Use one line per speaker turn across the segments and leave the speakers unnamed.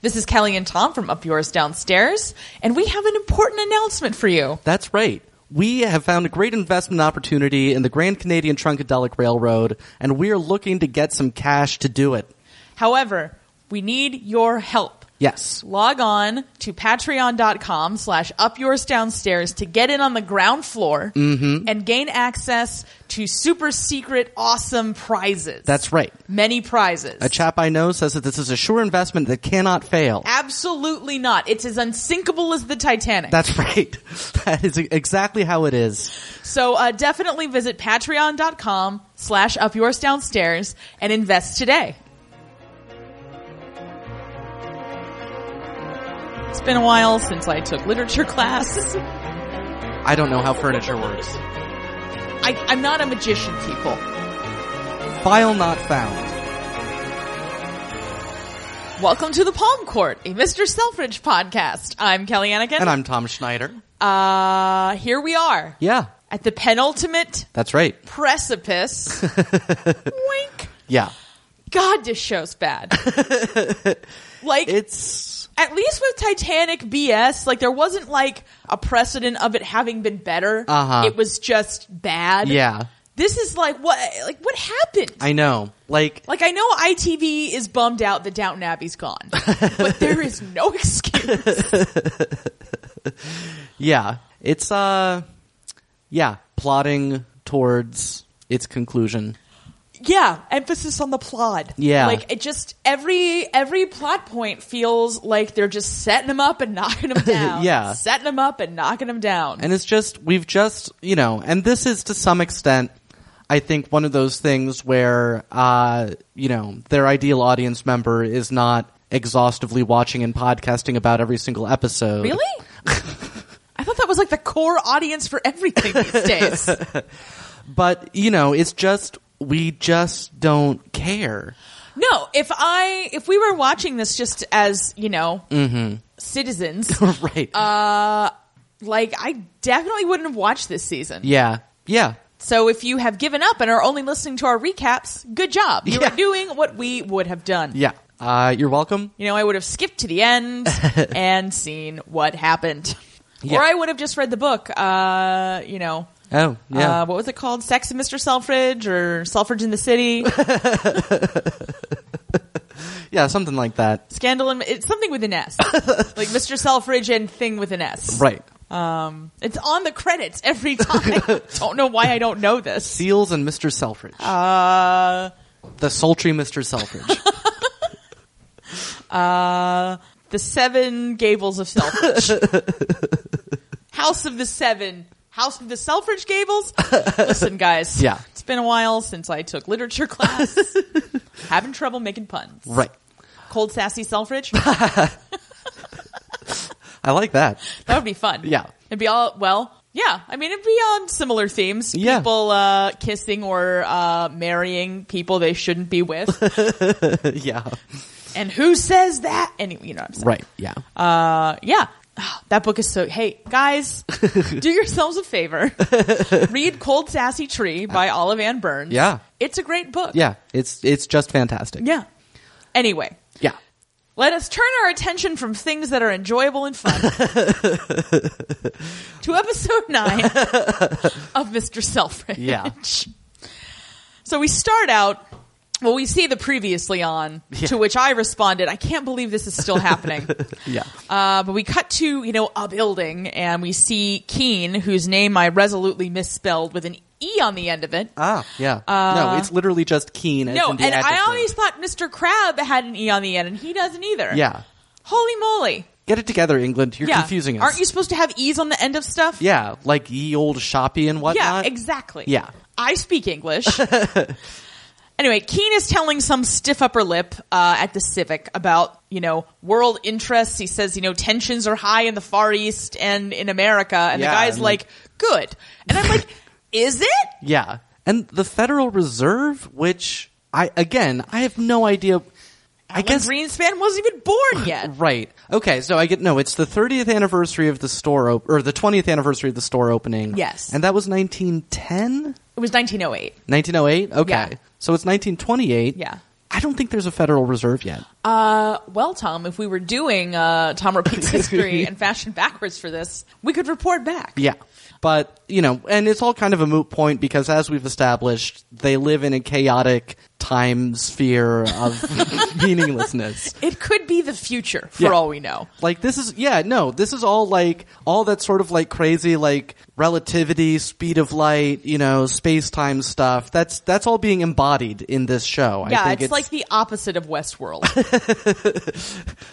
This is Kelly and Tom from Up Yours Downstairs, and we have an important announcement for you.
That's right. We have found a great investment opportunity in the Grand Canadian Trunkadelic Railroad, and we are looking to get some cash to do it.
However, we need your help.
Yes.
Log on to patreon.com slash up yours downstairs to get in on the ground floor
Mm-hmm.
and gain access to super secret awesome prizes.
That's right.
Many prizes.
A chap I know says that this is a sure investment that cannot fail.
Absolutely not. It's as unsinkable as the Titanic.
That's right. That is exactly how it is.
So uh, definitely visit patreon.com slash up yours downstairs and invest today. It's been a while since I took literature class.
I don't know how furniture works.
I, I'm not a magician, people.
File not found.
Welcome to the Palm Court, a Mr. Selfridge podcast. I'm Kelly Anakin.
And I'm Tom Schneider.
uh, here we are
Yeah.
at the penultimate
That's right.
precipice. Wink.
Yeah.
God, this show's bad. like,
It's
at least with Titanic BS, like there wasn't like a precedent of it having been better.
Uh-huh.
It was just bad.
yeah.
This is like what like what happened?
I know. Like
like I know ITV is bummed out that Downton Abbey's gone, but there is no excuse.
yeah. It's uh yeah, plotting towards its conclusion.
Yeah, emphasis on the plot.
Yeah.
like it just every every plot point feels like they're just setting them up and knocking them down.
Yeah.
setting them up and knocking them down.
And it's just, we've just, you know, and this is to some extent, I think, one of those things where, uh, you know, their ideal audience member is not exhaustively watching and podcasting about every single episode.
really. I thought that was like the core audience for everything these days.
But, you know, it's just, we just don't care.
No, if I if we were watching this just as you know
Mm-hmm.
citizens,
right.
Uh, like I definitely wouldn't have watched this season.
yeah. Yeah.
So if you have given up and are only listening to our recaps, good job. You
Yeah.
are doing what we would have done.
Yeah. Uh, you're welcome.
You know, I would have skipped to the end and seen what happened.
Yeah.
Or I would have just read the book. Uh, you know,
Oh, yeah.
uh, what was it called? Sex and Mr. Selfridge or Selfridge in the City?
yeah, something like that.
Scandal and it's something with an S, like Mr. Selfridge and thing with an S.
Right.
Um, it's on the credits every time. don't know why I don't know this.
Seals and Mr. Selfridge.
Uh,
the sultry Mr. Selfridge.
the Seven Gables of Selfridge, House of the Seven, House of the Selfridge Gables. Listen, guys.
Yeah.
it's been a while since I took literature class. Having trouble making puns.
right.
Cold sassy Selfridge.
I like that.
That would be fun.
Yeah.
It'd be all, well, yeah. I mean, it'd be on similar themes.
Yeah.
People, uh, kissing or, uh, marrying people they shouldn't be with.
yeah.
and who says that? Anyway, you know what I'm saying?
Right. Yeah.
Uh, yeah. Ah, That book is so, hey, guys, do yourselves a favor. Read Cold Sassy Tree by Olive Ann Burns.
Uh, Yeah.
It's a great book.
yeah. It's it's just fantastic.
Yeah. Anyway,
Yeah.
let us turn our attention from things that are enjoyable and fun to episode nine of Mr. Selfridge.
Yeah.
So we start out. Well, we see the previously on, to which I responded, I can't believe this is still happening.
Yeah.
Uh, but we cut to, you know, a building and we see Keen, whose name I resolutely misspelled with an E on the end of it.
Ah. Yeah. no, it's literally just keen. As
Uh, no,
in
and
the adjective.
I always thought Mr. Crab had an E on the end and he doesn't either.
Yeah.
Holy moly.
Get it together, England. You're
yeah.
confusing us.
Aren't you supposed to have E's on the end of stuff?
Yeah, like ye old shoppy and
Yeah,
whatnot.
exactly.
Yeah.
I speak English. anyway, Keen is telling some stiff upper lip uh, at the Civic about, you know, world interests. He says, you know, tensions are high in the Far East and in America. And
Yeah,
the guy's
and-
like, good. And I'm like, is it?
Yeah. And the Federal Reserve, which I again, I have no idea. I
Alan
guess
Greenspan wasn't even born yet.
Right. Okay. So I get no. It's the 30th anniversary of the store, op- or the 20th anniversary of the store opening.
Yes.
And that was 1910,
It was 1908.
1908. Okay.
Yeah.
So it's 1928.
Yeah.
I don't think there's a Federal Reserve yet.
Uh, well, Tom, if we were doing uh, Tom repeats history and fashion backwards for this, we could report back.
Yeah. But, you know, and it's all kind of a moot point because as we've established, they live in a chaotic time sphere of meaninglessness.
It could be the future for
Yeah.
all we know.
Like this is yeah, no, this is all like all that sort of like crazy like relativity, speed of light, you know, space-time stuff. That's that's all being embodied in this show. I
Yeah,
think
it's, like the opposite of Westworld.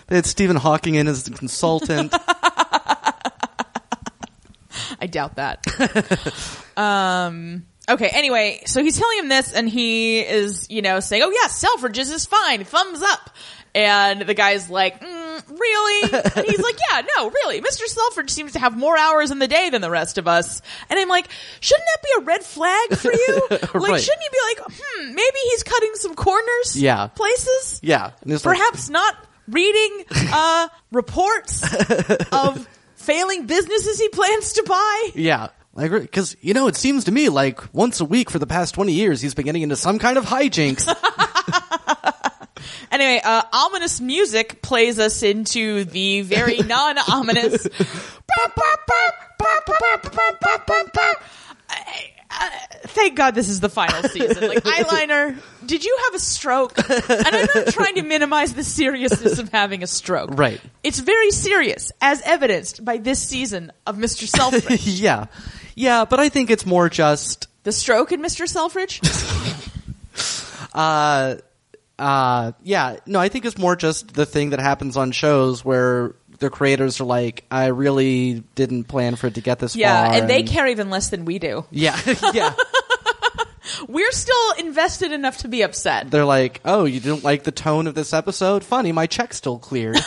it's Stephen Hawking in as a consultant.
I doubt that. um, okay, anyway, so he's telling him this and he is, you know, saying, oh yeah, Selfridges is fine, thumbs up. And the guy's like, mm, really? And he's like, yeah, no, really. Mr. Selfridge seems to have more hours in the day than the rest of us. And I'm like, shouldn't that be a red flag for you? Like,
Right.
shouldn't you be like, hmm, maybe he's cutting some corners?
Yeah.
Places?
yeah. And it's like-
perhaps not reading uh, reports of failing businesses he plans to buy.
Yeah. Like, because, you know, it seems to me like once a week for the past 20 years, he's been getting into some kind of hijinks.
Anyway, uh, ominous music plays us into the very non-ominous. I- I- Thank God this is the final season. Like eyeliner, did you have a stroke? And I'm not trying to minimize the seriousness of having a stroke.
Right.
It's very serious, as evidenced by this season of Mr. Selfridge.
yeah. Yeah, but I think it's more just,
the stroke in Mr. Selfridge?
uh, uh, yeah, no, I think it's more just the thing that happens on shows where the creators are like, I really didn't plan for it to get this
Yeah,
far.
and they care even less than we do.
Yeah, yeah.
We're still invested enough to be upset.
They're like, oh, you didn't like the tone of this episode? Funny, my check's still cleared.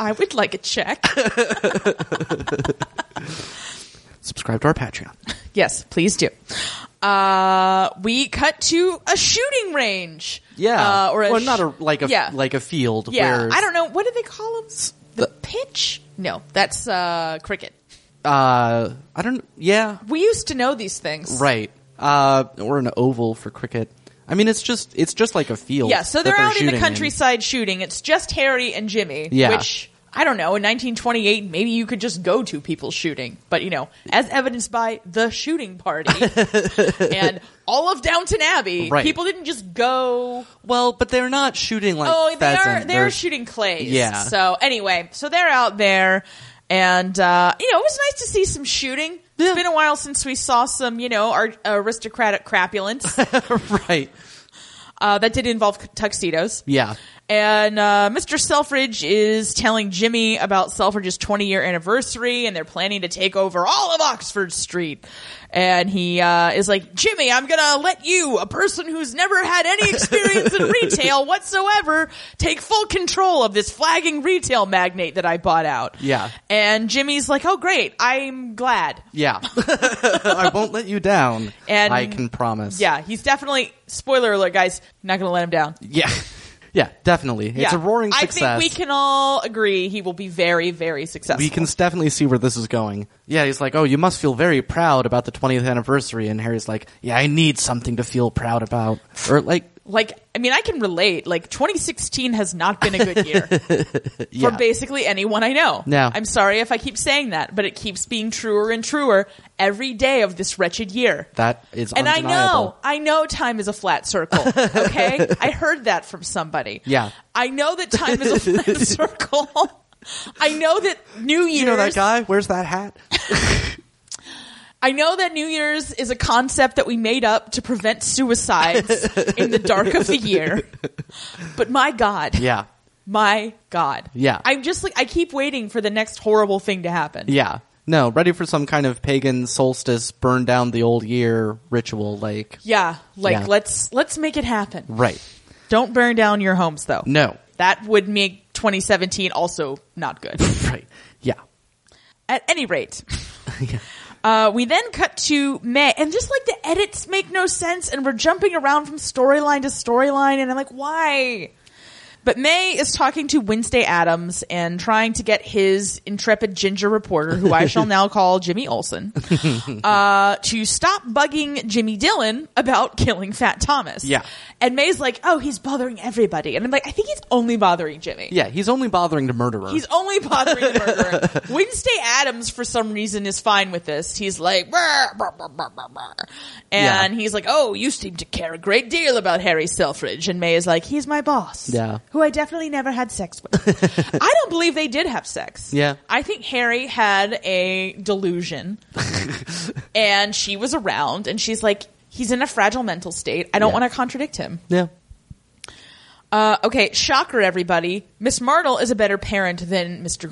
I would like a check.
Subscribe to our Patreon.
Yes, please do. Uh, we cut to a shooting range.
Yeah.
Uh, or a
well, not a,
sh-
like a,
yeah.
like a field
yeah.
where
I don't know. What do they call them? The pitch? No, that's uh, cricket.
uh, I don't. Yeah,
We used to know these things.
right. Uh, or an oval for cricket. I mean, it's just it's just like a field.
Yeah, so
that
they're, out in the
shooting
countryside shooting. It's just Harry and Jimmy.
Yeah.
Which, I don't know, in 1928, maybe you could just go to people shooting. But, you know, as evidenced by the shooting party and all of Downton Abbey,
Right.
people didn't just go
Well, but they're not shooting like
Oh, they are
pheasant.
they're shooting clays.
Yeah.
So anyway, so they're out there, and uh, you know it was nice to see some shooting.
Yeah.
It's been a while since we saw some, you know, ar- aristocratic crapulence
right.
uh, that did involve tuxedos.
Yeah.
And uh, Mr. Selfridge is telling Jimmy about Selfridge's 20 year anniversary, and they're planning to take over all of Oxford Street. And he uh, is like, Jimmy, I'm going to let you, a person who's never had any experience in retail whatsoever, take full control of this flagging retail magnate that I bought out.
Yeah.
And Jimmy's like, oh, great. I'm glad.
Yeah. I won't let you down.
And-
I can promise.
Yeah, he's definitely, spoiler alert, guys, not going to let him down.
Yeah. Yeah. Definitely. It's a
Yeah.
roaring success.
I think we can all agree he will be very, very successful.
We can definitely see where this is going. Yeah, he's like, "Oh, you must feel very proud about the 20th anniversary," and Harry's like, "Yeah, I need something to feel proud about," or like,
like I mean I can relate. Like 2016 has not been a good year
yeah,
for basically anyone I know.
No.
I'm sorry if I keep saying that, but it keeps being truer and truer every day of this wretched year.
that is
And I
undeniable.
know, I know time is a flat circle. Okay? I heard that from somebody.
Yeah.
I know that time is a flat circle. I know that New Year's
You know that guy? Where's that hat?
I know that New Year's is a concept that we made up to prevent suicides in the dark of the year. But my God.
Yeah.
My God.
Yeah.
I'm just like, I keep waiting for the next horrible thing to happen.
Yeah. No, ready for some kind of pagan solstice burn down the old year ritual like.
Yeah, like
Yeah.
let's let's make it happen.
Right.
Don't burn down your homes though.
No.
That would make 2017 also not good.
Right. Yeah.
At any rate,
yeah.
uh, we then cut to May, and just like the edits make no sense, and we're jumping around from storyline to storyline, and I'm like, why? But May is talking to Wednesday Adams and trying to get his intrepid ginger reporter, who I shall now call Jimmy Olsen, uh, to stop bugging Jimmy Dillon about killing Fat Thomas.
Yeah.
And May's like, oh, he's bothering everybody. And I'm like, I think he's only bothering Jimmy.
Yeah, he's only bothering the murderer.
He's only bothering the murderer. Wednesday Adams, for some reason, is fine with this. He's like, "Brr, brr, brr, brr, brr, brr." and
Yeah.
he's like, oh, you seem to care a great deal about Harry Selfridge. And May is like, he's my boss.
Yeah.
Who I definitely never had sex with. I don't believe they did have sex.
Yeah.
I think Harry had a delusion and she was around and she's like, he's in a fragile mental state. I don't
Yeah.
want to contradict him.
yeah.
Uh, okay, shocker, everybody. Miss Martle is a better parent than Mr.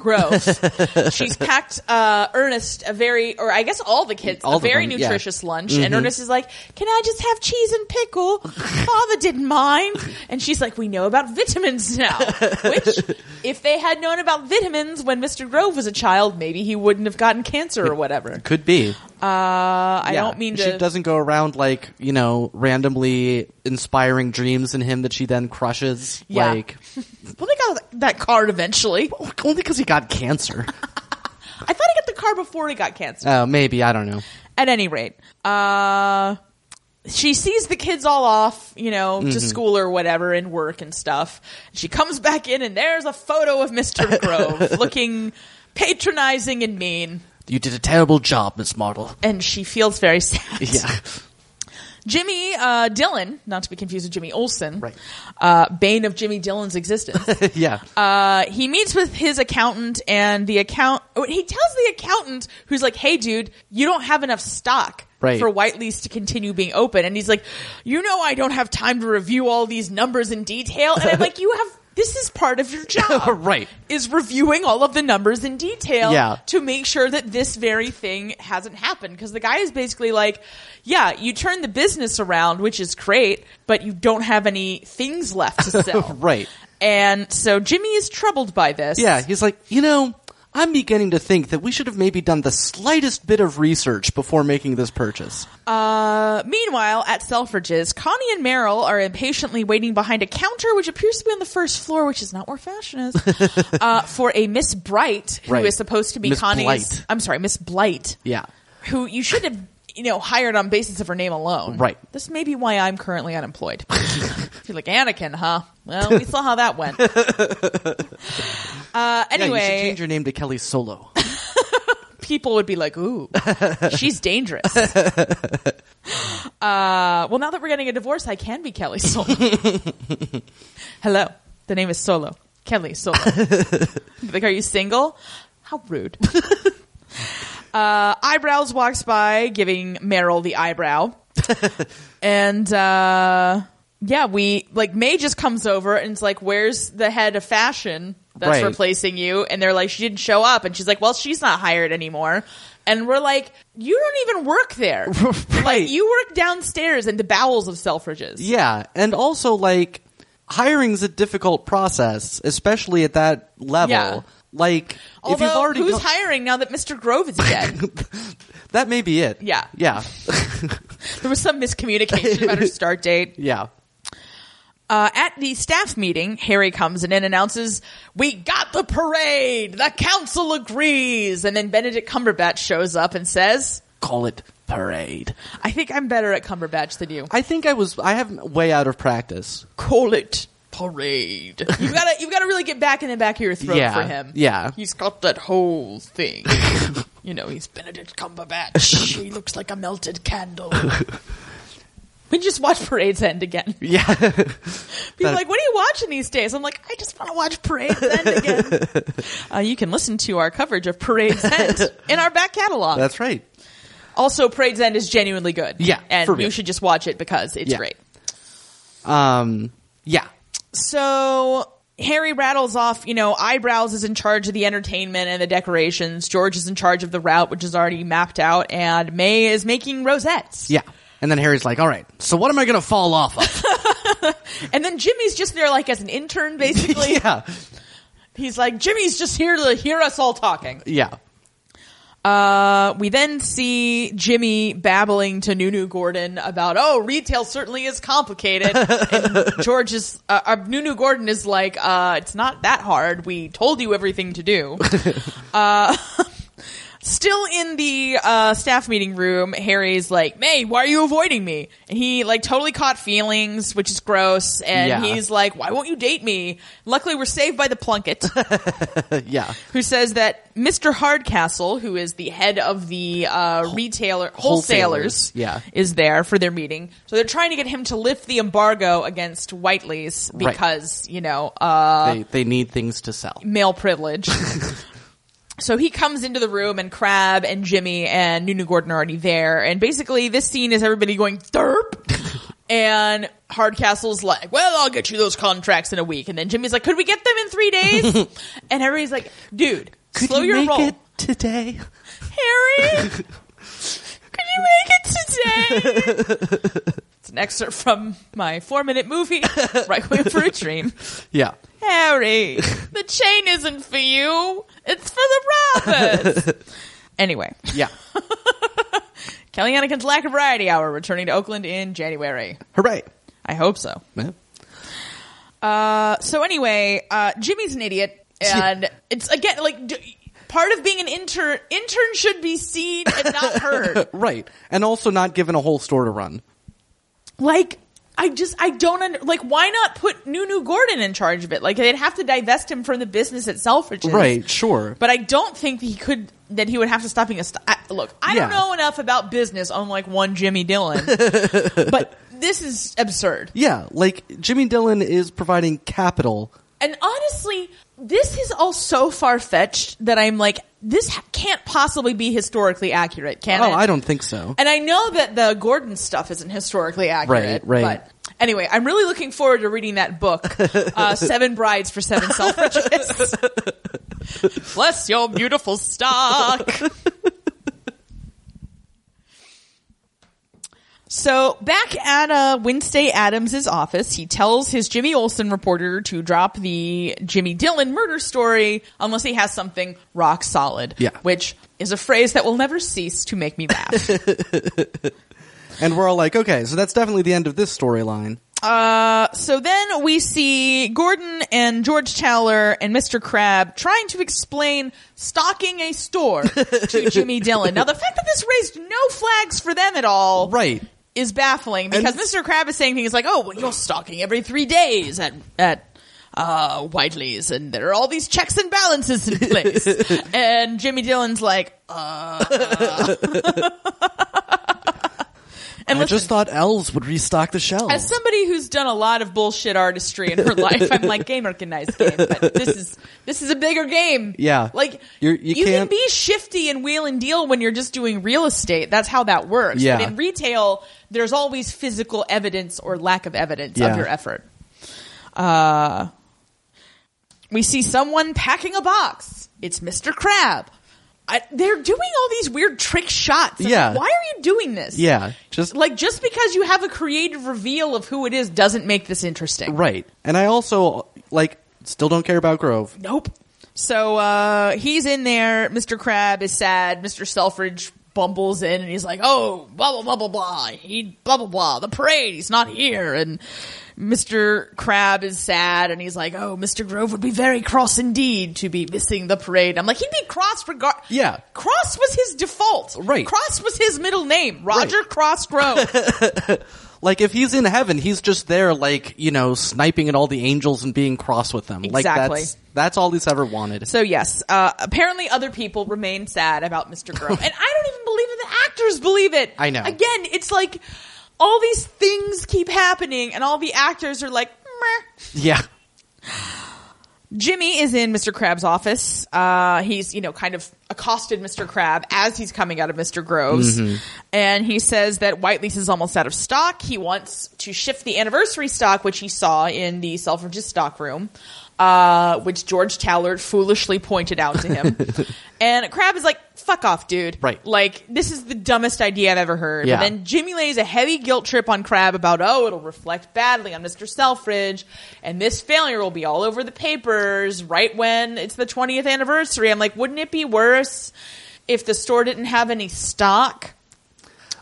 Gross. She's packed uh, Ernest a very, or I guess all the kids,
All
a
of
very
them, yeah.
nutritious lunch. And Ernest is like, Can I just have cheese and pickle? Father didn't mind. And she's like, We know about vitamins now. Which, if they had known about vitamins when Mr. Grove was a child, maybe he wouldn't have gotten cancer or whatever.
Could be.
Uh, I
Yeah.
don't mean to.
She doesn't go around like you know randomly inspiring dreams in him that she then crushes.
Yeah.
Like
well, they got that card eventually.
only because he got cancer.
I thought he got the card before he got cancer.
Oh, maybe I don't know.
at any rate, uh, she sees the kids all off, you know,
Mm-hmm.
to school or whatever and work and stuff. She comes back in and there's a photo of Mr. Grove looking patronizing and mean.
You did a terrible job, Miss Martle.
And she feels very sad.
Yeah.
Jimmy uh, Dillon, not to be confused with Jimmy Olsen,
Right.
uh, bane of Jimmy Dillon's existence,
yeah.
uh, he meets with his accountant and the account oh, he tells the accountant who's like hey dude you don't have enough stock
Right.
for whiteley's to continue being open and he's like you know i don't have time to review all these numbers in detail and i'm like you have this is part of your job
right.
is reviewing all of the numbers in detail
Yeah.
to make sure that this very thing hasn't happened. Because the guy is basically like, yeah, you turn the business around, which is great, but you don't have any things left to sell.
Right.
And so Jimmy is troubled by this.
Yeah. He's like, you know, I'm beginning to think that we should have maybe done the slightest bit of research before making this purchase.
Uh, meanwhile, at Selfridge's, Connie and Merrill are impatiently waiting behind a counter, which appears to be on the first floor, which is not where fashion is, uh, for a Miss Bright, who is
Right.
supposed to be
Miss
Connie's.
Blight.
I'm sorry, Miss Blight.
Yeah.
who you should have you know hired on basis of her name alone
Right.
this may be why i'm currently unemployed you're like anakin huh well we saw how that went uh,
Yeah, you should
anyway
change your name to Kelly Solo.
people would be like ooh she's dangerous uh, well now that we're getting a divorce i can be kelly solo hello the name is solo kelly solo like are you single how rude uh, eyebrows walks by giving Meryl the eyebrow. and uh, yeah, we like May just comes over and it's like, "Where's the head of fashion that's
Right.
replacing you?" And they're like, "She didn't show up." And she's like, "Well, she's not hired anymore." And we're like, "You don't even work there. Like
Right.
you work downstairs in the bowels of Selfridges."
Yeah, and also like hiring's a difficult process, especially at that level.
Yeah.
Like if
Although,
you've already
who's
go-
hiring now that Mr. Grove is dead?
that may be it.
Yeah.
Yeah.
there was some miscommunication about her start date.
Yeah.
Uh, at the staff meeting, Harry comes in and announces, "We got the parade. The council agrees." And then Benedict Cumberbatch shows up and says,
Call it parade.
"I think I'm better at Cumberbatch than you.
I think I was I have way out of practice.
Call it parade. You gotta, you gotta really get back in the back of your throat
Yeah,
for him.
yeah.
he's got that whole thing. you know, he's Benedict Cumberbatch. he looks like a melted candle." We just watch Parade's End again.
Yeah.
People are
That-
like, what are you watching these days? I'm like, I just want to watch Parade's End again. uh, you can listen to our coverage of Parade's End in our back catalog.
That's right.
also, Parade's End is genuinely good.
Yeah,
and
for real.
you should just watch it because it's
Yeah.
great.
Um yeah.
So Harry rattles off, you know, Eyebrows is in charge of the entertainment and the decorations. George is in charge of the route, which is already mapped out, and May is making rosettes.
Yeah. And then Harry's like, "All right. So what am I going to fall off of?"
And then Jimmy's just there, like as an intern, basically.
yeah.
He's like, Jimmy's just here to hear us all talking.
Yeah.
Uh, we then see Jimmy babbling to Nunu Gordon about, oh, retail certainly is complicated. and George is, uh, uh, Nunu Gordon is like, uh, it's not that hard. We told you everything to do. uh, still in the, uh, staff meeting room, Harry's like, May, why are you avoiding me? And he, like, totally caught feelings, which is gross. And
Yeah.
he's like, why won't you date me? Luckily, we're saved by the Plunkett
Uh, yeah.
who says that Mr. Hardcastle, who is the head of the uh, retailer
Wholesalers,
wholesalers,
yeah.
is there for their meeting. So they're trying to get him to lift the embargo against Whiteley's
Right.
because you know uh,
they they need things to sell.
male privilege. so he comes into the room, and Crab and Jimmy and Nunu Gordon are already there. And basically, this scene is everybody going derp. And Hardcastle's like, well, I'll get you those contracts in a week. And then Jimmy's like, could we get them in three days? and everybody's like, dude, slow your roll.
today?
Harry, could you make it today? it's an excerpt from my four minute movie, Requiem for a Dream.
Yeah.
Harry, the chain isn't for you. It's for the Roberts. anyway,
Yeah.
Kelly Anakin's Lack of Variety Hour returning to Oakland in January.
Hooray.
I hope so.
Yeah.
Uh, so anyway, uh, Jimmy's an idiot, and it's again like d- part of being an intern. Intern should be seen and not heard.
Right. And also not given a whole store to run.
like. I just I don't under, like why not put Nunu Gordon in charge of it? Like they'd have to divest him from the business itself, which is
Right, sure.
But I don't think that he could. That he would have to stop being a st- I, look. I don't
Yeah.
know enough about business, unlike one Jimmy Dillon. but this is absurd.
yeah, like Jimmy Dillon is providing capital.
And honestly, this is all so far fetched that I'm like, this ha- can't possibly be historically accurate, can
Oh,
it?
I don't think so.
And I know that the Gordon stuff isn't historically accurate,
Right, right.
But anyway, I'm really looking forward to reading that book, uh, Seven Brides for Seven Selfridges. Bless your beautiful stock. So back at uh, Wednesday Adams' office, he tells his Jimmy Olsen reporter to drop the Jimmy Dillon murder story unless he has something rock solid.
Yeah.
Which is a phrase that will never cease to make me laugh.
And we're all like, okay, so that's definitely the end of this storyline.
Uh, so then we see Gordon and George Towler and Mr. Crab trying to explain stocking a store to Jimmy Dillon. Now, the fact that this raised no flags for them at all
Right.
is baffling
And-
because Mr. Crab is saying things like, "Oh, well, you're stocking every three days at at uh, Whiteley's, and there are all these checks and balances in place." and Jimmy Dillon's like, uh. and
I
listen,
just thought elves would restock the shelves.
as somebody who's done a lot of bullshit artistry in her life, I'm like, game recognized game, but this is this is a bigger game.
Yeah.
like
You're- you
can
can't-
be shifty and wheel and deal when you're just doing real estate. That's how that works.
Yeah.
But in retail, there's always physical evidence or lack of evidence
Yeah.
of your effort. Uh, we see someone packing a box. It's Mr. Crab. I, they're doing all these weird trick shots. I'm like,
Yeah.
why are you doing this?
yeah, just
like just because you have a creative reveal of who it is doesn't make this interesting.
right. And I also like still don't care about Grove.
Nope. So uh he's in there, Mr. Crab is sad, Mr. Selfridge bumbles in and he's like, Oh, blah blah blah blah blah. He blah blah blah. The parade, he's not here and Mr. Crab is sad and he's like, Oh, Mr. Grove would be very cross indeed to be missing the parade. I'm like, he'd be cross regard
Yeah.
Cross was his default.
Right.
Cross was his middle name. Roger Cross Grove.
Like if he's in heaven, he's just there like, you know, sniping at all the angels and being cross with them. Like
Exactly.
that's that's all he's ever wanted.
So yes, uh, apparently other people remain sad about Mr. Grove, and I don't even believe it. The actors believe it.
I know.
Again, it's like all these things keep happening, and all the actors are like, Meh.
Yeah.
Jimmy is in Mr. Crab's office. Uh, he's you know kind of accosted Mr. Crab as he's coming out of Mr. Grove's, and he says that Whiteley's is almost out of stock. He wants to shift the anniversary stock, which he saw in the Selfridge's stock room. Uh, which George Tallard foolishly pointed out to him. and Crab is like, fuck off, dude.
Right.
Like, this is the dumbest idea I've ever heard.
Yeah.
And then Jimmy lays a heavy guilt trip on Crab about, oh, it'll reflect badly on Mr. Selfridge, and this failure will be all over the papers right when it's the 20th anniversary. I'm like, wouldn't it be worse if the store didn't have any stock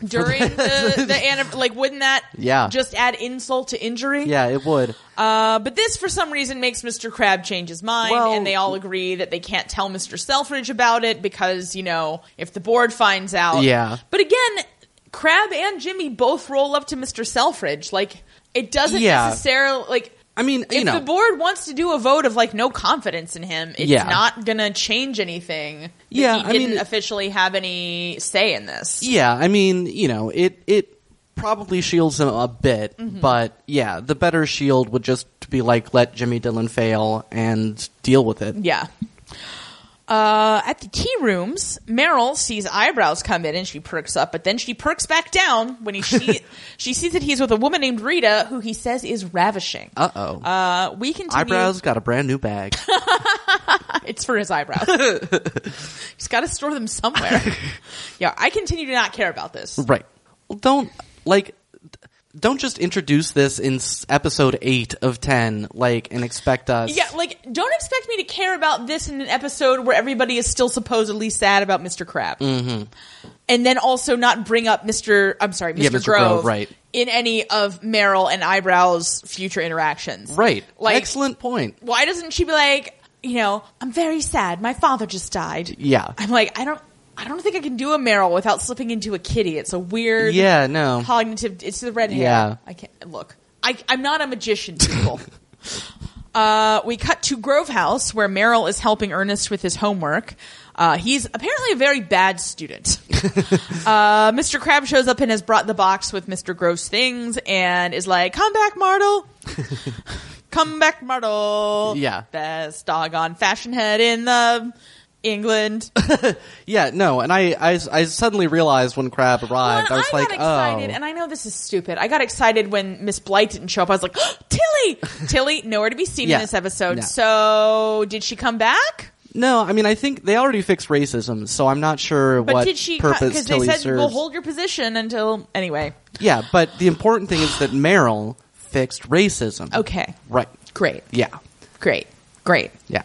during the, the anni- like wouldn't that
Yeah.
just add insult to injury?
Yeah, it would.
Uh, but this, for some reason, makes Mr. Crab change his mind,
Well-
and they all agree that they can't tell Mr. Selfridge about it because, you know, if the board finds out.
Yeah.
But again, Crab and Jimmy both roll up to Mr. Selfridge. Like, it doesn't
Yeah.
necessarily, like,
I mean,
if
you know,
the board wants to do a vote of like no confidence in him, it's
Yeah.
not gonna change anything. that
Yeah,
he
I
didn't
mean-
officially have any say in this.
yeah, I mean, you know, it it probably shields him a bit,
Mm-hmm.
but yeah, the better shield would just be like let Jimmy Dillon fail and deal with it.
Yeah. Uh, at the tea rooms, Meryl sees eyebrows come in and she perks up, but then she perks back down when he she, she sees that he's with a woman named Rita, who he says is ravishing.
Uh oh.
Uh, we continue.
Eyebrows got a brand new bag.
It's for his eyebrows. he's got to store them somewhere. yeah, I continue to not care about this.
right. Well, don't like d- don't just introduce this in s- episode 8 of 10 like and expect us
Yeah, like don't expect me to care about this in an episode where everybody is still supposedly sad about Mr. Crab, mm-hmm. and then also not bring up Mr. I'm sorry, Mr.
Yeah, Mr. Grove, right.
In any of Meryl and Eyebrow's future interactions,
Right.
Like,
Excellent point.
why doesn't she be like, you know, I'm very sad. My father just died.
Yeah.
I'm like, I don't, I don't think I can do a Meryl without slipping into a kitty. It's a weird,
Yeah, no.
cognitive. It's the red hair.
Yeah.
I can't look. I, I'm not a magician, people. uh, we cut to Grove House where Merrill is helping Ernest with his homework. Uh, he's apparently a very bad student. uh, Mr. Crab shows up and has brought the box with Mr. Grove's things and is like, "Come back, Martle." Come back, Martle.
Yeah.
Best doggone fashion head in the England.
Yeah, no. And I I, I suddenly realized when Crab arrived,
Well,
I was like,
got excited,
"Oh."
and I know this is stupid. I got excited when Miss Blight didn't show up. I was like, Tilly, Tilly, nowhere to be seen
Yeah.
in this episode.
No.
So did she come back?
No, I mean, I think they already fixed racism, so I'm not sure
But
what
did she?
purpose
Because they
Tilly
said,
serves.
"Well, hold your position until anyway."
yeah, but the important thing is that Meryl fixed racism.
Okay,
Right.
great,
Yeah.
great, great.
Yeah.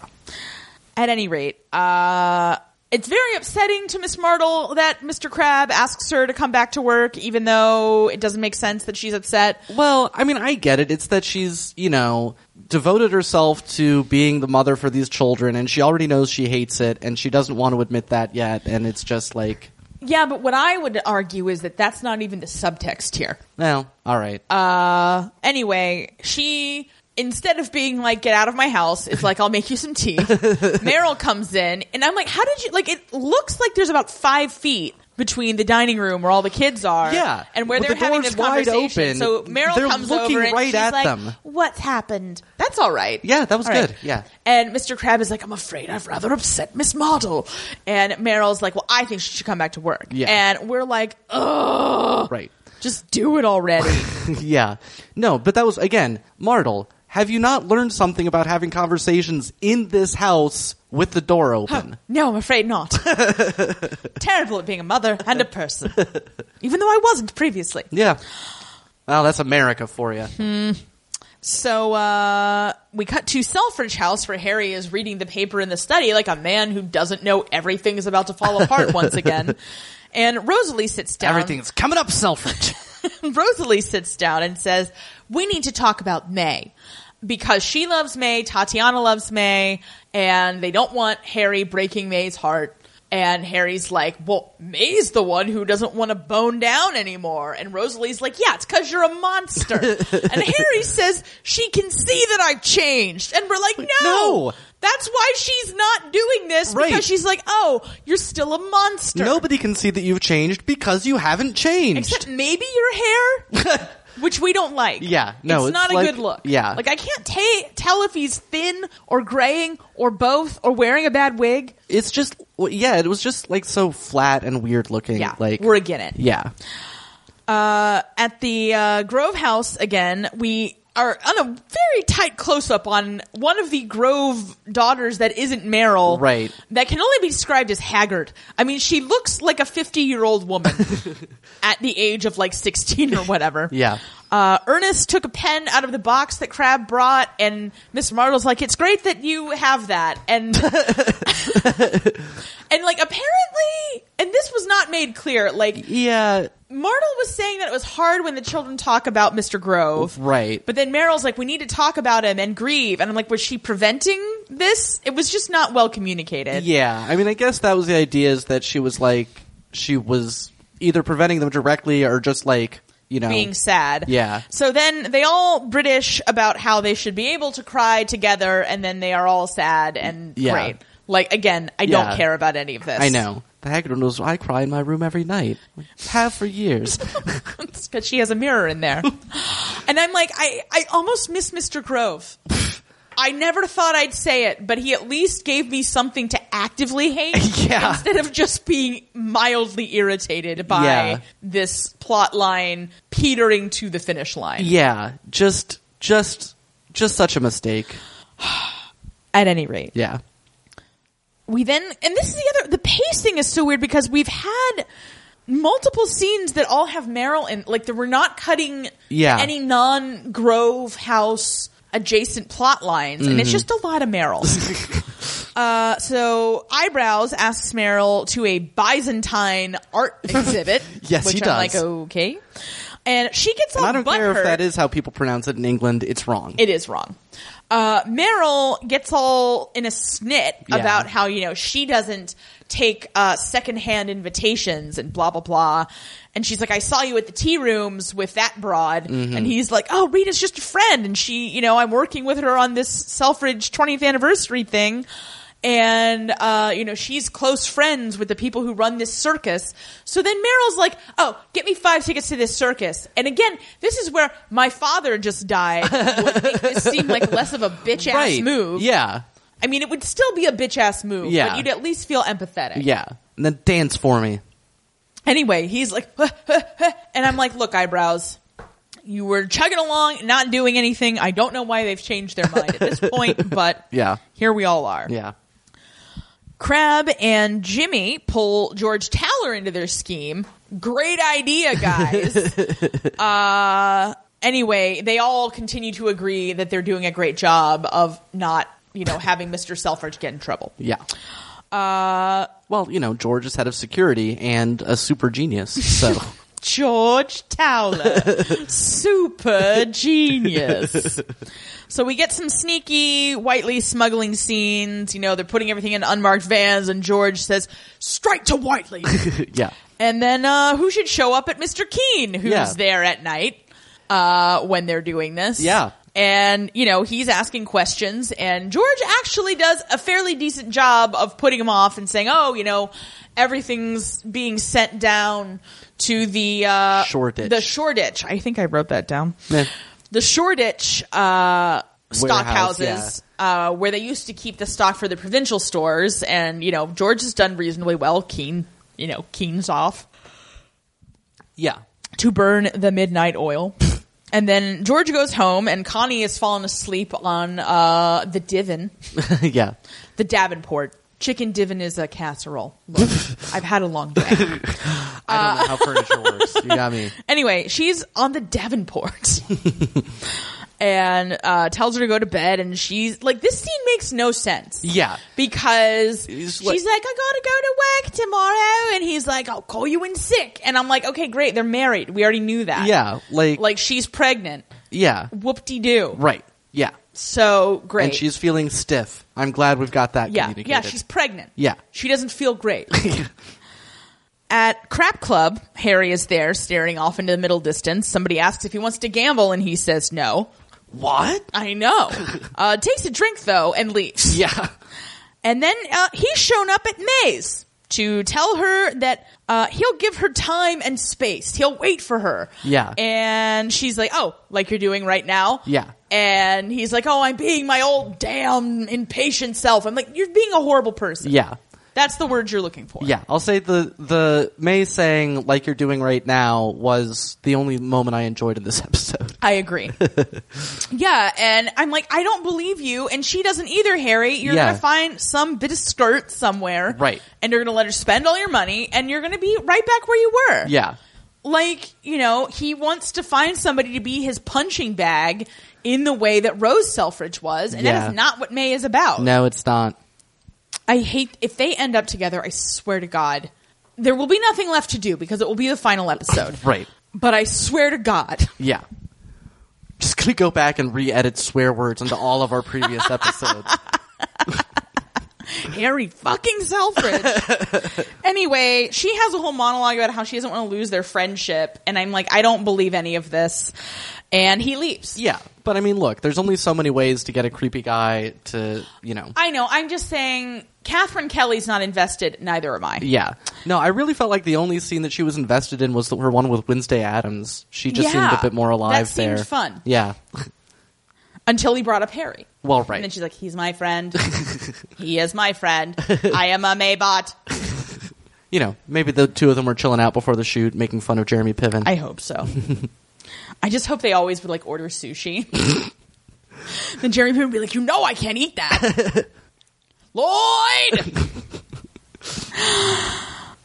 At any rate, uh, it's very upsetting to Miss Martle that Mr. Crab asks her to come back to work, even though it doesn't make sense that she's upset.
Well, I mean, I get it. It's that she's, you know, devoted herself to being the mother for these children, and she already knows she hates it, and she doesn't want to admit that yet, and it's just like,
Yeah, but what I would argue is that that's not even the subtext here.
well, all right.
Uh, anyway, she instead of being like get out of my house it's like i'll make you some tea meryl comes in and i'm like how did you like it looks like there's about five feet between the dining room where all the kids are
Yeah.
and where
With
they're
the
having
doors
this
wide
conversation
open,
so meryl
they're
comes
looking
over and
right
she's
at
like
them.
what's happened that's all right
Yeah, that was
All right.
good. Yeah.
and mr crab is like i'm afraid i've rather upset miss model and meryl's like well i think she should come back to work
Yeah.
and we're like ugh
right.
just do it already
yeah. No, but that was, again, Martle, have you not learned something about having conversations in this house with the door open?
No, I'm afraid not. Terrible at being a mother and a person. Even though I wasn't previously.
Yeah. Well, that's America for you.
Hmm. So uh, we cut to Selfridge House where Harry is reading the paper in the study like a man who doesn't know everything is about to fall apart once again. And Rosalie sits down.
Everything's coming up, Selfridge.
Rosalie sits down and says, "We need to talk about May because she loves May, Tatiana loves May, and they don't want Harry breaking May's heart." And Harry's like, "Well, May's the one who doesn't want to bone down anymore." And Rosalie's like, "Yeah, it's cuz you're a monster." and Harry says, "She can see that I've changed." And we're like, "No."
no.
That's why she's not doing this
Right.
because she's like, "Oh, you're still a monster."
Nobody can see that you've changed because you haven't changed.
Except maybe your hair, which we don't like.
Yeah, no,
it's,
it's
not a
like-
good look.
yeah.
like I can't ta- tell if he's thin or graying or both or wearing a bad wig.
it's just well, yeah it was just like so flat and weird looking
Yeah,
like
we're again it.
yeah
Uh, at the uh, Grove House again, we are on a very tight close up on one of the Grove daughters that isn't Meryl.
Right.
That can only be described as haggard. I mean, she looks like a 50 year old woman at the age of like 16 or whatever.
Yeah.
Uh, Ernest took a pen out of the box that Crab brought, and Miss Martle's like, "It's great that you have that." And and like apparently not made clear. Like
yeah,
Martel was saying that it was hard when the children talk about Mr. Grove.
right.
But then Meryl's like, we need to talk about him and grieve. And I'm like, was she preventing this? It was just not well communicated.
Yeah, I mean, I guess that was the idea is that she was like she was either preventing them directly or just like you know
Being sad.
Yeah.
So then they all British about how they should be able to cry together and then they are all sad and
Yeah.
great. Like, again, I
Yeah.
don't care about any of this.
I know the Hagrid knows I cry in my room every night, have for years.
Because she has a mirror in there. and I'm like, I, I almost miss Mr. Grove. I never thought I'd say it, but he at least gave me something to actively hate
Yeah.
instead of just being mildly irritated by
Yeah.
this plot line petering to the finish line.
yeah, just just just such a mistake.
At any rate.
Yeah,
we then and this is the other the pacing is so weird because we've had multiple scenes that all have Meryl in like that we're not cutting
Yeah.
any non Grove House adjacent plot lines and
Mm-hmm.
it's just a lot of Meryl. uh, so eyebrows asks Meryl to a Byzantine art exhibit.
Yes,
which
he
I'm
does.
like okay, and she gets all
and I don't care
butthurt.
if that is how people pronounce it in England. It's wrong.
It is wrong. Uh, Meryl gets all in a snit
Yeah.
about how, you know, she doesn't take uh, secondhand invitations and blah, blah, blah. And she's like, I saw you at the tea rooms with that broad. And he's like, oh, Rita's just a friend. And she, you know, I'm working with her on this Selfridge 20th anniversary thing. And, uh, you know, she's close friends with the people who run this circus. So then Meryl's like, oh, get me five tickets to this circus. And again, this is where my father just died would make this seem like less of a bitch ass
right.
move.
Yeah,
I mean, it would still be a bitch ass move,
Yeah.
but you'd at least feel empathetic.
yeah. And then dance for me.
Anyway, he's like, and I'm like, look, eyebrows, you were chugging along, not doing anything. I don't know why they've changed their mind at this point, but
Yeah.
here we all are.
Yeah.
Crab and Jimmy pull George Taller into their scheme. Great idea, guys. uh, anyway, they all continue to agree that they're doing a great job of not, you know, having Mr. Selfridge get in trouble.
Yeah. Uh, well, you know, George is head of security and a super genius, so
George Towler, super genius. So we get some sneaky Whiteley smuggling scenes. You know, they're putting everything in unmarked vans, and George says, "Strike to Whiteley."
yeah.
And then uh, who should show up at Mr. Keene, who's
Yeah.
there at night uh, when they're doing this?
Yeah.
And, you know, he's asking questions, and George actually does a fairly decent job of putting him off and saying, oh, you know, everything's being sent down to the uh,
Shoreditch.
The Shoreditch. I think I wrote that down.
Eh.
The Shoreditch uh, stock
Warehouse,
houses uh, where they used to keep the stock for the provincial stores. And, you know, George has done reasonably well. Keen, you know, Keen's off
Yeah.
to burn the midnight oil. and then George goes home, and Connie has fallen asleep on uh, the divan,
yeah.
the Davenport. Chicken divan is a casserole. Look, I've had a long day.
I don't know how furniture works. You got me.
Anyway, she's on the Davenport. And uh, tells her to go to bed, and she's like, "This scene makes no sense."
Yeah.
because
He's
she's
like-
like, I gotta go to work tomorrow. And he's like, I'll call you in sick. And I'm like, okay, great. They're married. We already knew that.
Yeah. Like,
Like she's pregnant.
yeah.
Whoop de doo.
Right. Yeah.
So great.
And she's feeling stiff. I'm glad we've got that
yeah,
communicated.
yeah, she's pregnant.
Yeah.
She doesn't feel great. At Crap Club, Harry is there staring off into the middle distance. Somebody asks if he wants to gamble, and he says no.
What?
I know. uh, takes a drink, though, and leaves.
Yeah.
And then uh, he's shown up at May's to tell her that uh, he'll give her time and space. He'll wait for her.
Yeah.
And she's like, oh, like you're doing right now?
Yeah.
And he's like, oh, I'm being my old damn impatient self. I'm like, you're being a horrible person.
Yeah.
That's the word you're looking for.
Yeah. I'll say the the May saying like you're doing right now was the only moment I enjoyed in this episode.
I agree. yeah, and I'm like, I don't believe you, and she doesn't either, Harry. You're
Yeah.
gonna find some bit of skirt somewhere,
Right.
And you're gonna let her spend all your money, and you're gonna be right back where you were.
Yeah.
like you know he wants to find somebody to be his punching bag in the way that rose selfridge was and
Yeah.
that is not what may is about
No, it's not.
i hate if they end up together i swear to god There will be nothing left to do because it will be the final episode.
Right.
But I swear to God,
Yeah. Just gonna go back and re-edit swear words into all of our previous episodes.
Harry fucking Selfridge. anyway, she has a whole monologue about how she doesn't want to lose their friendship, and I'm like, I don't believe any of this. And he leaves.
Yeah, but I mean, look, there's only so many ways to get a creepy guy to, you know.
I know. I'm just saying, Catherine Kelly's not invested. Neither am I.
Yeah. No, I really felt like the only scene that she was invested in was the, her one with Wednesday Adams. She just
Yeah.
seemed a bit more
That
alive
seemed
there.
fun.
Yeah.
Until he brought up Harry.
Well,
And then
right.
she's like, he's my friend. he is my friend. I am a Maybot.
You know, maybe the two of them were chilling out before the shoot, making fun of Jeremy Piven.
I hope so. I just hope they always would like order sushi. then Jeremy Piven would be like, "You know, I can't eat that, Lloyd."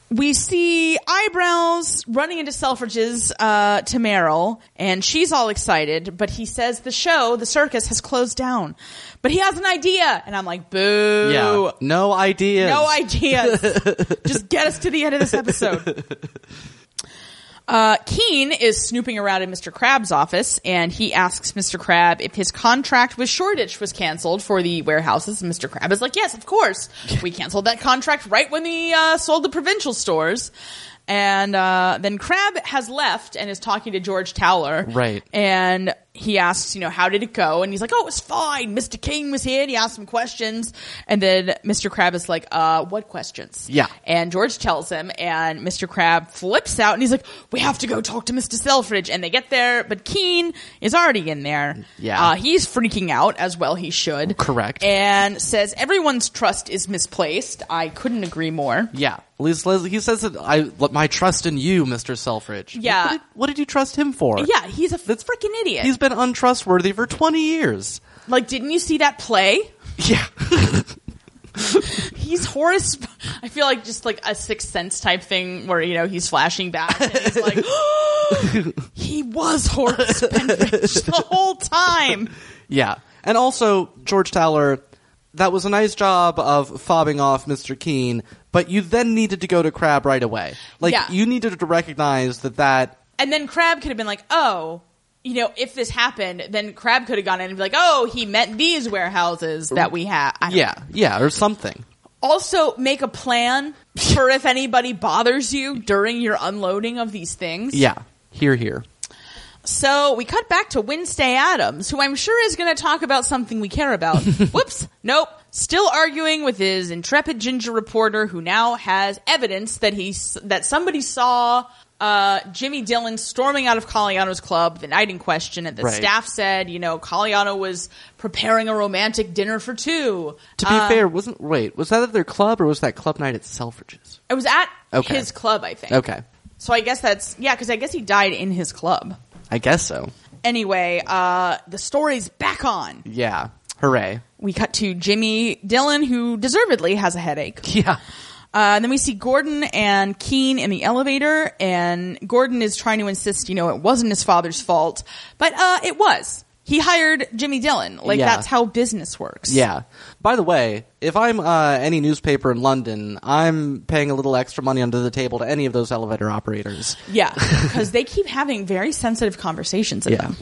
we see eyebrows running into Selfridge's uh, to Meryl, and she's all excited. But he says the show, the circus, has closed down. But he has an idea, and I'm like, "Boo!"
yeah. No ideas.
No ideas. Just get us to the end of this episode. Uh, Keen is snooping around in Mr. Crab's office, and he asks Mr. Crab if his contract with Shoreditch was canceled for the warehouses. And Mr. Crab is like, "Yes, of course. We canceled that contract right when we uh, sold the provincial stores." And uh, then Crab has left and is talking to George Towler.
Right.
And he asks, you know, how did it go? And he's like, oh, it was fine. Mr. King was here and he asked some questions. And then Mr. Crab is like, uh, what questions?
Yeah.
And George tells him, and Mr. Crab flips out and he's like, we have to go talk to Mr. Selfridge. And they get there, but Keen is already in there.
Yeah.
Uh, he's freaking out as well he should.
Correct.
And says, everyone's trust is misplaced. I couldn't agree more.
Yeah. Liz, Liz, he says that I let my trust in you, Mr. Selfridge.
Yeah.
What did, what did you trust him for?
Yeah, he's a freaking idiot.
He's been untrustworthy for 20 years.
like, didn't you see that play?
Yeah.
he's Horace. I feel like just like a sixth sense type thing where you know he's flashing back and he's like, he was Horace Benrich the whole time.
Yeah. And also, George Towler, that was a nice job of fobbing off Mr. Keene, but you then needed to go to Crab right away. Like,
Yeah.
you needed to recognize that that.
And then Crab could have been like, oh. You know, if this happened, then Crab could have gone in and be like, "Oh, he meant these warehouses that we have."
Yeah, yeah, or something.
Also, make a plan for if anybody bothers you during your unloading of these things.
Yeah. Here, here.
So we cut back to Wednesday Adams, who I'm sure is going to talk about something we care about. Whoops. Nope. Still arguing with his intrepid ginger reporter, who now has evidence that he s- that somebody saw uh, Jimmy Dillon storming out of Colliano's club the night in question, and the
Right.
staff said, you know, Colliano was preparing a romantic dinner for two. Uh,
To be fair, wasn't. Wait, was that at their club or was that club night at Selfridge's?
It was at
Okay.
his club, I think.
Okay.
So I guess that's yeah, because I guess he died in his club.
I guess so.
Anyway, uh, the story's back on.
Yeah. Hooray.
We cut to Jimmy Dillon, who deservedly has a headache.
Yeah.
Uh, and then we see Gordon and Keen in the elevator, and Gordon is trying to insist, you know, it wasn't his father's fault, but uh, it was. He hired Jimmy Dillon. Like,
Yeah.
that's how business works.
Yeah. By the way, if I'm uh, any newspaper in London, I'm paying a little extra money under the table to any of those elevator operators.
Yeah. Because they keep having very sensitive conversations about
Yeah.
them.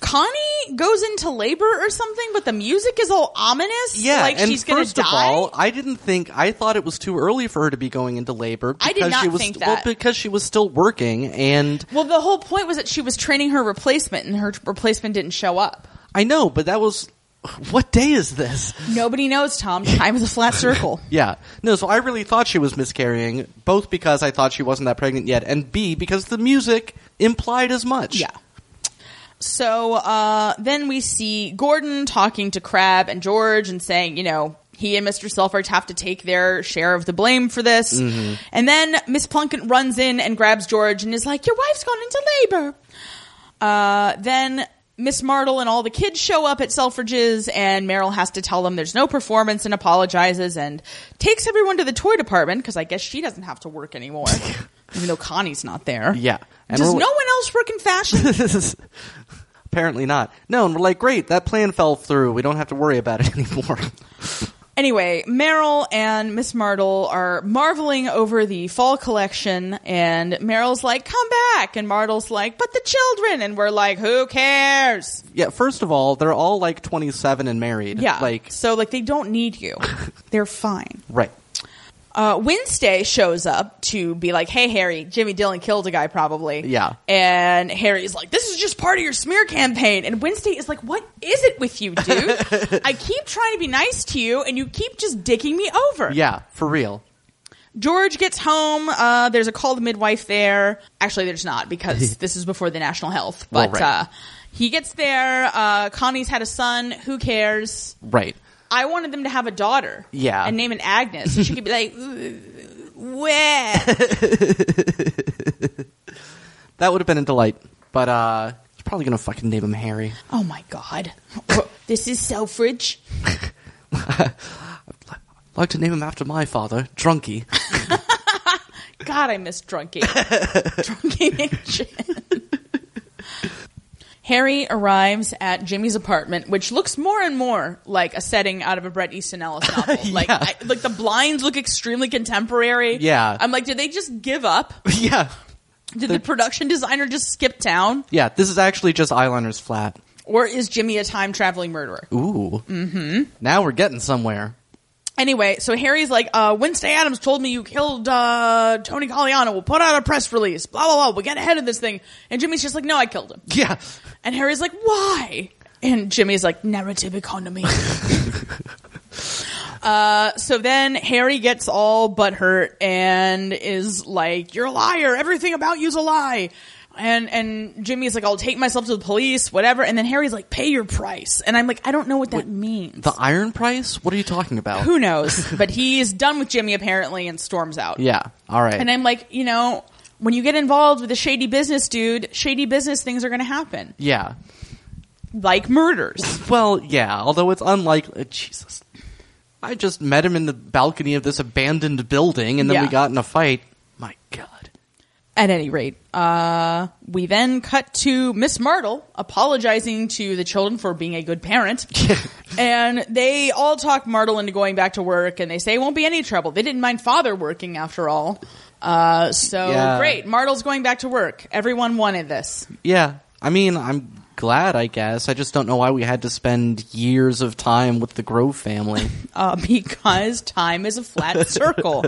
Connie goes into labor or something, but the music is all ominous.
Yeah,
Like,
and
she's going to
first
die.
of all, I didn't think I thought it was too early for her to be going into labor. Because
I did not
she was,
think
Well,
that.
because she was still working, and
well, the whole point was that she was training her replacement, and her replacement didn't show up.
I know, but that was what day is this?
Nobody knows, Tom. Time is a flat circle.
Yeah, no. So I really thought she was miscarrying, both because I thought she wasn't that pregnant yet, and B because the music implied as much.
Yeah. So uh, then we see Gordon talking to Crab and George and saying, you know, he and Mr. Selfridge have to take their share of the blame for this. And then Miss Plunkett runs in and grabs George and is like, your wife's gone into labor. Uh, then Miss Martle and all the kids show up at Selfridge's, and Meryl has to tell them there's no performance and apologizes and takes everyone to the toy department because I guess she doesn't have to work anymore, even though Connie's not there.
yeah. And
Does
we're-
no one else work in fashion?
Apparently not. No, and we're like, great, that plan fell through. We don't have to worry about it anymore.
Anyway, Meryl and Miss Martle are marveling over the fall collection, and Meryl's like, "Come back," and Martle's like, "But the children," and we're like, "Who cares?"
Yeah, first of all, they're all like 27 and married.
Yeah,
Like,
so like they don't need you; they're fine.
right.
Uh, Wednesday shows up to be like, "Hey, Harry, Jimmy Dillon killed a guy, probably."
Yeah.
and Harry's like, "This is just part of your smear campaign." And Wednesday is like, "What is it with you, dude? I keep trying to be nice to you, and you keep just dicking me over."
Yeah, for real.
George gets home. Uh, there's a call to midwife there. Actually, there's not because this is before the national health.
Well,
But
right.
uh, he gets there. Uh, Connie's had a son. Who cares?
Right.
I wanted them to have a daughter.
Yeah.
And name it Agnes. She could be like, where?
That would have been a delight. But, uh, he's probably going to fucking name him Harry.
oh my God. this is Selfridge.
I'd like to name him after my father, Drunky.
God, I miss Drunky. Drunky McChin. Harry arrives at Jimmy's apartment, which looks more and more like a setting out of a Bret Easton Ellis novel. Like,
Yeah.
I, like the blinds look extremely contemporary.
Yeah.
I'm like, did they just give up?
yeah.
Did the production designer just skip town,
Yeah, this is actually just Eyeliner's flat.
or is Jimmy a time traveling murderer?
Ooh. Mm-hmm. Now we're getting somewhere.
Anyway, so Harry's like, uh, Wednesday Adams told me you killed uh, Tony Colliano. We'll put out a press release. Blah blah blah. We'll get ahead of this thing. And Jimmy's just like, no, I killed him.
Yeah.
And Harry's like, why? And Jimmy's like, narrative economy. uh, so then Harry gets all butthurt and is like, you're a liar. Everything about you's a lie. And, and Jimmy's like, I'll take myself to the police, whatever. And then Harry's like, pay your price. And I'm like, I don't know what that means.
The Iron Price? What are you talking about?
Who knows? but he's done with Jimmy apparently and storms out.
Yeah. All right.
And I'm like, you know, when you get involved with a shady business dude, shady business things are going to happen.
yeah.
Like murders.
Well, yeah, although it's unlikely. Jesus. I just met him in the balcony of this abandoned building and then
Yeah.
we got in a fight. My God.
At any rate, uh, we then cut to Miss Martle apologizing to the children for being a good parent. and they all talk Martle into going back to work and they say it won't be any trouble. They didn't mind father working after all. Uh, so
Yeah.
great. Martle's going back to work. Everyone wanted this.
Yeah. I mean, I'm glad, I guess. I just don't know why we had to spend years of time with the Grove family.
uh, because time is a flat circle.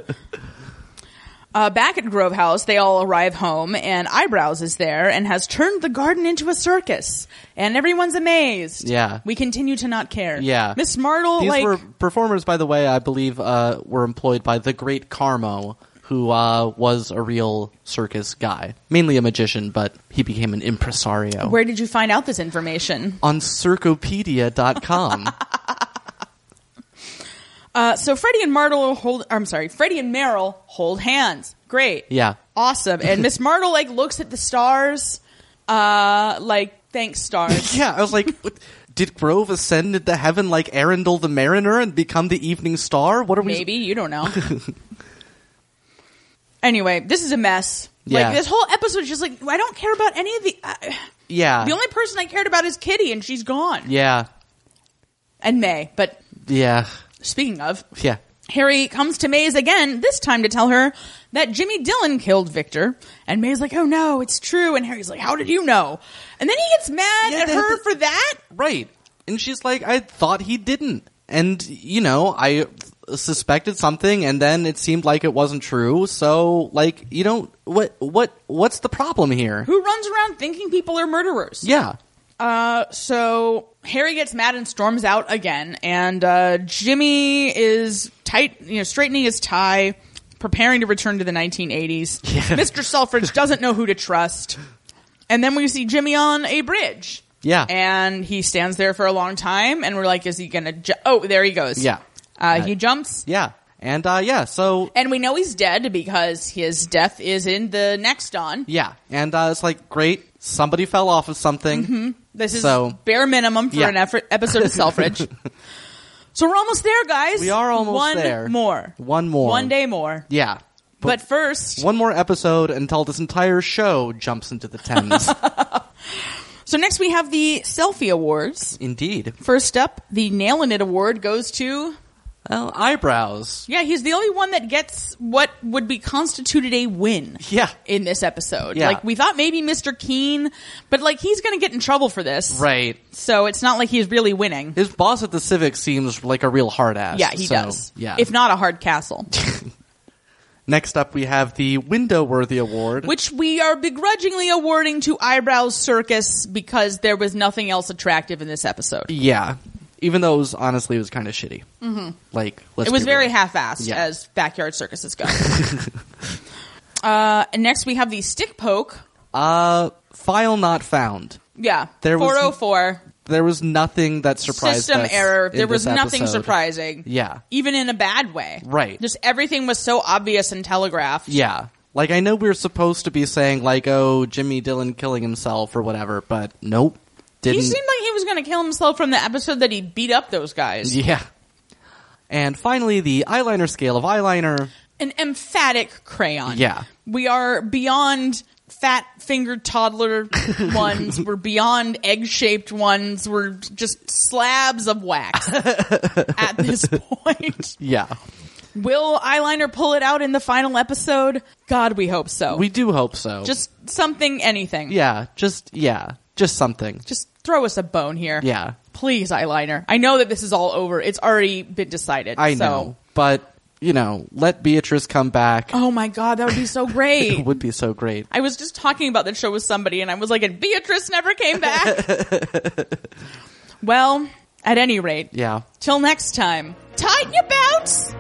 Uh, back at Grove House, they all arrive home, and Eyebrows is there and has turned the garden into a circus, and everyone's amazed.
Yeah.
we continue to not care.
Yeah.
Miss Martle,
These
like,
were performers, by the way, I believe uh, were employed by the great Carmo, who uh, was a real circus guy. Mainly a magician, but he became an impresario.
where did you find out this information?
on circopedia.com.
Uh, so Freddie and Martle hold. I'm sorry, Freddie and Meryl hold hands. Great.
yeah.
awesome. And Miss Martle like looks at the stars, uh, like thanks stars.
Yeah, I was like, what- did Grove ascend into heaven like Arundel the Mariner and become the Evening Star? What are we?
Maybe you don't know. anyway, this is a mess.
Yeah.
Like this whole episode is just like I don't care about any of the. I
Yeah,
the only person I cared about is Kitty, and she's gone.
yeah,
And May. But
yeah,
speaking of,
yeah.
Harry comes to Maze again, this time to tell her that Jimmy Dillon killed Victor. And May's like, "Oh no, it's true." And Harry's like, "How did you know?" And then he gets mad
Yeah,
at
that-
her
that-
for that.
Right. And she's like, I thought he didn't, and you know, I suspected something, and then it seemed like it wasn't true. So, like, you know, what, what, what's the problem here?
Who runs around thinking people are murderers?
Yeah,
Uh, so Harry gets mad and storms out again, and uh, Jimmy is tight, you know, straightening his tie, preparing to return to the 1980s. Mr. Selfridge doesn't know who to trust, and then we see Jimmy on a bridge.
Yeah.
and he stands there for a long time, and we're like, "Is he gonna?" Ju- oh, there he goes.
Yeah.
uh, he jumps,
yeah, and uh, yeah. So
and we know he's dead because his death is in the next dawn.
yeah, and uh, it's like, great, somebody fell off of something.
This is
So-
bare minimum for
Yeah.
an effort, episode of Selfridge. so we're almost there, guys.
We are almost
One
there.
More.
One more.
One day more.
Yeah.
But first,
One more episode until this entire show jumps into the Thames.
so next we have the selfie awards.
Indeed.
First up, the Nailin' It award goes to
Well, eyebrows.
Yeah, he's the only one that gets what would be constituted a win.
Yeah.
In this episode.
Yeah.
Like we thought maybe Mr. Keen, but like he's going to get in trouble for this.
Right.
So it's not like he's really winning.
His boss at the Civic seems like a real hard ass.
Yeah, he
so,
does.
Yeah.
If not a hard castle,
Next up, we have the Window Worthy Award.
which we are begrudgingly awarding to Eyebrows Circus because there was nothing else attractive in this episode.
yeah. Even though it was honestly, it was kind of shitty. Mm-hmm. Like, let's
It was
be
very
real.
half-assed
Yeah.
as backyard circuses go. uh, and next we have the stick poke.
Uh, file not found.
Yeah,
There was-
404
There was nothing that surprised
system
us
error.
in
There was
this
nothing
episode.
surprising.
Yeah.
even in a bad way.
Right.
Just everything was so obvious and telegraphed.
Yeah. Like, I know we were supposed to be saying, like, oh, Jimmy Dillon killing himself or whatever, but nope. Didn't.
He seemed like he was going to kill himself from the episode that he beat up those guys.
yeah. And finally, the eyeliner scale of eyeliner.
An emphatic crayon.
Yeah.
We are beyond fat fingered toddler ones. We're beyond egg shaped ones. We're just slabs of wax at this point.
Yeah.
Will eyeliner pull it out in the final episode? God, we hope so.
We do hope so.
just something, anything.
Yeah. Just, yeah. Just something.
Just throw us a bone here.
Yeah.
Please, eyeliner. I know that this is all over. It's already been decided.
I
so.
know. But, you know, let Beatrice come back.
Oh my god, that would be so
It
great.
would be so great.
I was just talking about the show with somebody and I was like, and Beatrice never came back. well, at any rate,
Yeah.
till next time, tighten your belts